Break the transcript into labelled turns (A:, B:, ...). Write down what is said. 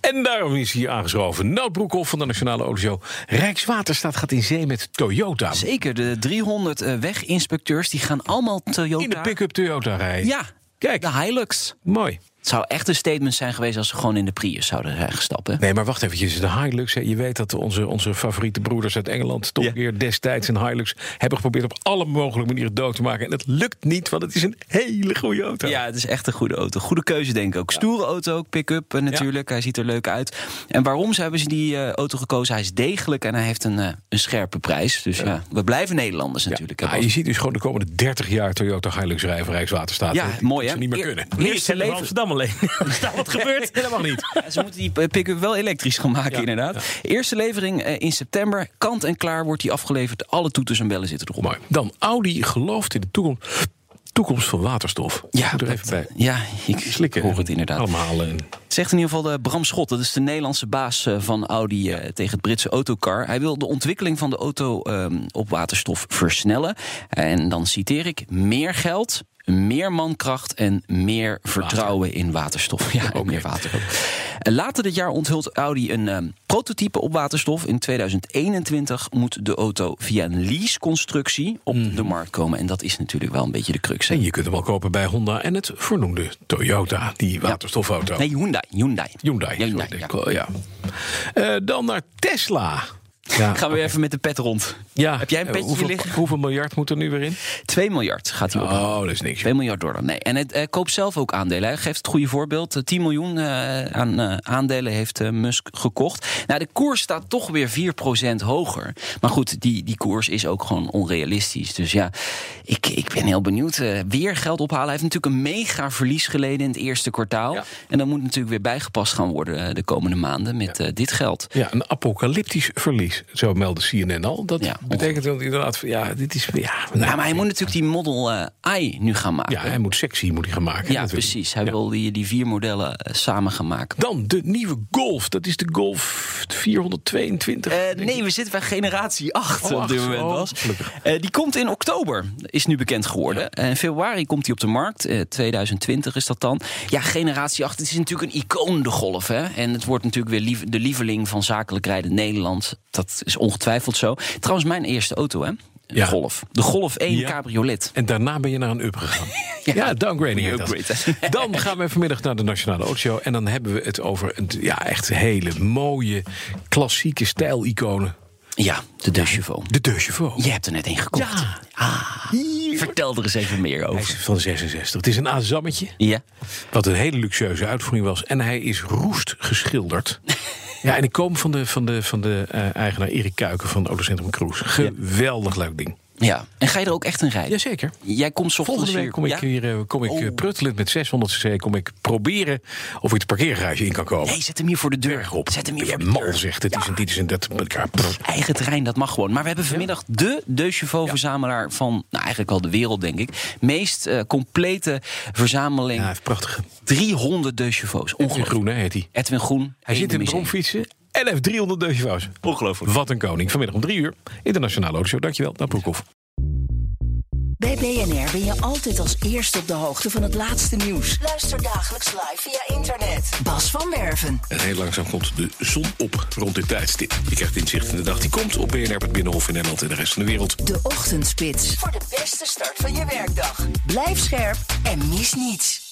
A: En daarom is hier aangeschoven Nout Broekhoff van de Nationale Autoshow. Rijkswaterstaat gaat in zee met Toyota.
B: Zeker, de 300 eh, weginspecteurs die gaan allemaal Toyota.
A: In de pick-up Toyota rijden.
B: Ja,
A: Kijk.
B: de Hilux.
A: Mooi.
B: Het zou echt een statement zijn geweest als ze gewoon in de Prius zouden zijn gestapt. Hè?
A: Nee, maar wacht eventjes. De Hilux, hè, je weet dat onze, onze favoriete broeders uit Engeland... toch
C: Ja.
A: weer destijds een Hilux hebben geprobeerd... op alle mogelijke manieren dood te maken. En dat lukt niet, want het is een hele goede auto.
B: Ja, het is echt een goede auto. Goede keuze, denk ik ook. Stoere auto ook, pick-up eh, natuurlijk. Hij ziet er leuk uit. En waarom ze hebben ze die eh, auto gekozen? Hij is degelijk en hij heeft een, eh, een scherpe prijs. Dus ja. we blijven Nederlanders natuurlijk. hè,
A: Ja,
B: Bas.
A: je ziet dus gewoon de komende 30 jaar Toyota Hilux rijden voor Rijkswaterstaat.
B: Ja,
A: Dat-
B: mooi,
A: dat
B: hè?
A: ze niet meer
B: Eer-
A: kunnen.
B: eerste
D: Hier zitten we in
B: leven-
D: Amsterdam alleen. Is dat wat gebeurt?
A: Helemaal niet.
B: Ja, ze moeten die eh, pick-up wel elektrisch gaan maken,
A: Ja,
B: inderdaad. Eerste levering eh, in september. Kant en klaar wordt die afgeleverd. Alle toeters en bellen zitten erop.
A: Mooi. Dan Audi gelooft in de toekomst, toekomst van waterstof.
B: Ja,
A: Moet er even bij.
B: Ja, ik
A: Slikken.
B: hoor het inderdaad.
A: Allemaal. eh,
B: Zegt in ieder geval de Bram Schot, dat is de Nederlandse baas eh, van Audi eh, tegen het Britse autocar. Hij wil de ontwikkeling van de auto ehm, op waterstof versnellen. En dan citeer ik: meer geld. Meer mankracht en meer vertrouwen in waterstof. Ja, en meer water ook. Eh, Later dit jaar onthult Audi een ehm, prototype op waterstof. In 2021 moet de auto via een leaseconstructie op de markt komen. En dat is natuurlijk wel een beetje de crux. hè?
A: En je kunt hem al kopen bij Honda en het vernoemde Toyota, die waterstofauto.
B: Nee, Hyundai. Hyundai.
A: Hyundai.
B: Hyundai,
A: sorry,
B: ja.
A: ik wil- ja. Eh, dan naar Tesla. Ja,
B: Gaan we weer even met de pet rond.
A: ja.
B: Heb jij een
A: eh,
B: petje
A: hoeveel,
B: liggen?
A: Hoeveel miljard moet er nu weer in?
B: 2 miljard gaat hij op.
A: Oh, dat is niks.
B: 2 miljard dollar. Nee. En het eh, koopt zelf ook aandelen. Hij geeft het goede voorbeeld. Eh, 10 miljoen eh, aan eh, aandelen heeft eh, Musk gekocht. Nou, de koers staat toch weer 4% hoger. Maar goed, die, die koers is ook gewoon onrealistisch. Dus ja, ik, ik ben heel benieuwd. Eh, weer geld ophalen. Hij heeft natuurlijk een mega verlies geleden in het eerste kwartaal.
A: Ja.
B: En dat moet natuurlijk weer bijgepast gaan worden eh, de komende maanden met eh, dit geld.
A: Ja, een apocalyptisch verlies, zo meldde CNN al. Dat
B: Ja,
A: betekent dat inderdaad, van, ja, dit is... Ja, nou,
B: Ja, maar hij moet natuurlijk die Model eh, I nu gaan maken.
A: ja, hij moet sexy moet hij gaan maken.
B: Ja,
A: natuurlijk.
B: precies. Hij
A: Ja.
B: wil die, die vier modellen eh, samen gaan maken.
A: Dan de nieuwe Golf. Dat is de Golf 422.
B: Eh,
A: denk ik.
B: nee, we zitten bij generatie 8
A: Oh,
B: op dit
A: acht.
B: moment,
A: Oh,
B: Bas.
A: gelukkig.
B: Eh, die komt in oktober, is nu bekend geworden. Eh, in februari komt die op de markt, eh, 2020 is dat dan. Ja, generatie 8, het is natuurlijk een icoon, de Golf. Hè? En het wordt natuurlijk weer lief- de lieveling van zakelijk rijden Nederland. Dat is ongetwijfeld zo. Trouwens, mijn eerste auto, hè? De
A: Ja.
B: Golf. De Golf 1
A: Ja.
B: Cabriolet.
A: En daarna ben je naar een up gegaan. ja, downgrading. heet dat.
B: Upgrade.
A: Dan gaan we vanmiddag naar de Nationale Autoshow. En dan hebben we het over een, ja, echt hele mooie, klassieke stijliconen.
B: Ja, de De Chauveau.
A: De De Chauveau.
B: Je hebt er net één gekocht.
A: Ja.
B: Ah, vertel er eens even meer
A: Hij
B: over.
A: is van 66. Het is een azammetje.
B: Ja.
A: Wat een hele luxueuze uitvoering was. En hij is roest geschilderd. ja, en ik kom van de, van de, van de eh, eigenaar Erik Kuiken van Autocentrum Cruise. Geweldig leuk ding.
B: ja. En ga je er ook echt in rijden?
A: Jazeker.
B: Jij komt 's ochtends
A: Volgende week
B: hier-
A: kom ik
B: Ja?
A: hier eh, kom ik eh,
B: Oh.
A: pruttelend met 600 cc. Kom ik proberen of je het parkeergarage in kan komen.
B: Nee, zet hem hier voor de deur.
A: Bergop.
B: Zet hem hier
A: eh, Ja,
B: voor de
A: mal
B: deur.
A: zegt. Het is een dit is een dat. elkaar. Pff.
B: Eigen terrein, dat mag gewoon. Maar we hebben vanmiddag de De Chauveau-verzamelaar van nou, eigenlijk wel de wereld, denk ik. Meest eh, complete verzameling.
A: Ja, hij heeft prachtige.
B: 300 De Chauveaus.
A: In
B: Ongelooflijk.
A: groene heet hij.
B: Edwin Groen.
A: Hij zit in de bromfietsen. En hij heeft 300 deusje vouws. Ongelooflijk. Wat een koning. Vanmiddag om drie uur. Internationale Autoshow. Dankjewel. Naar Broekhoff.
E: Bij BNR ben je altijd als eerste op de hoogte van het laatste nieuws. Luister dagelijks live via internet. Bas van Werven.
F: En heel langzaam komt de zon op rond dit tijdstip. Je krijgt inzicht in de dag die komt op BNR, het Binnenhof in Nederland en de rest van de wereld.
E: De Ochtendspits. Voor de beste start van je werkdag. Blijf scherp en mis niets.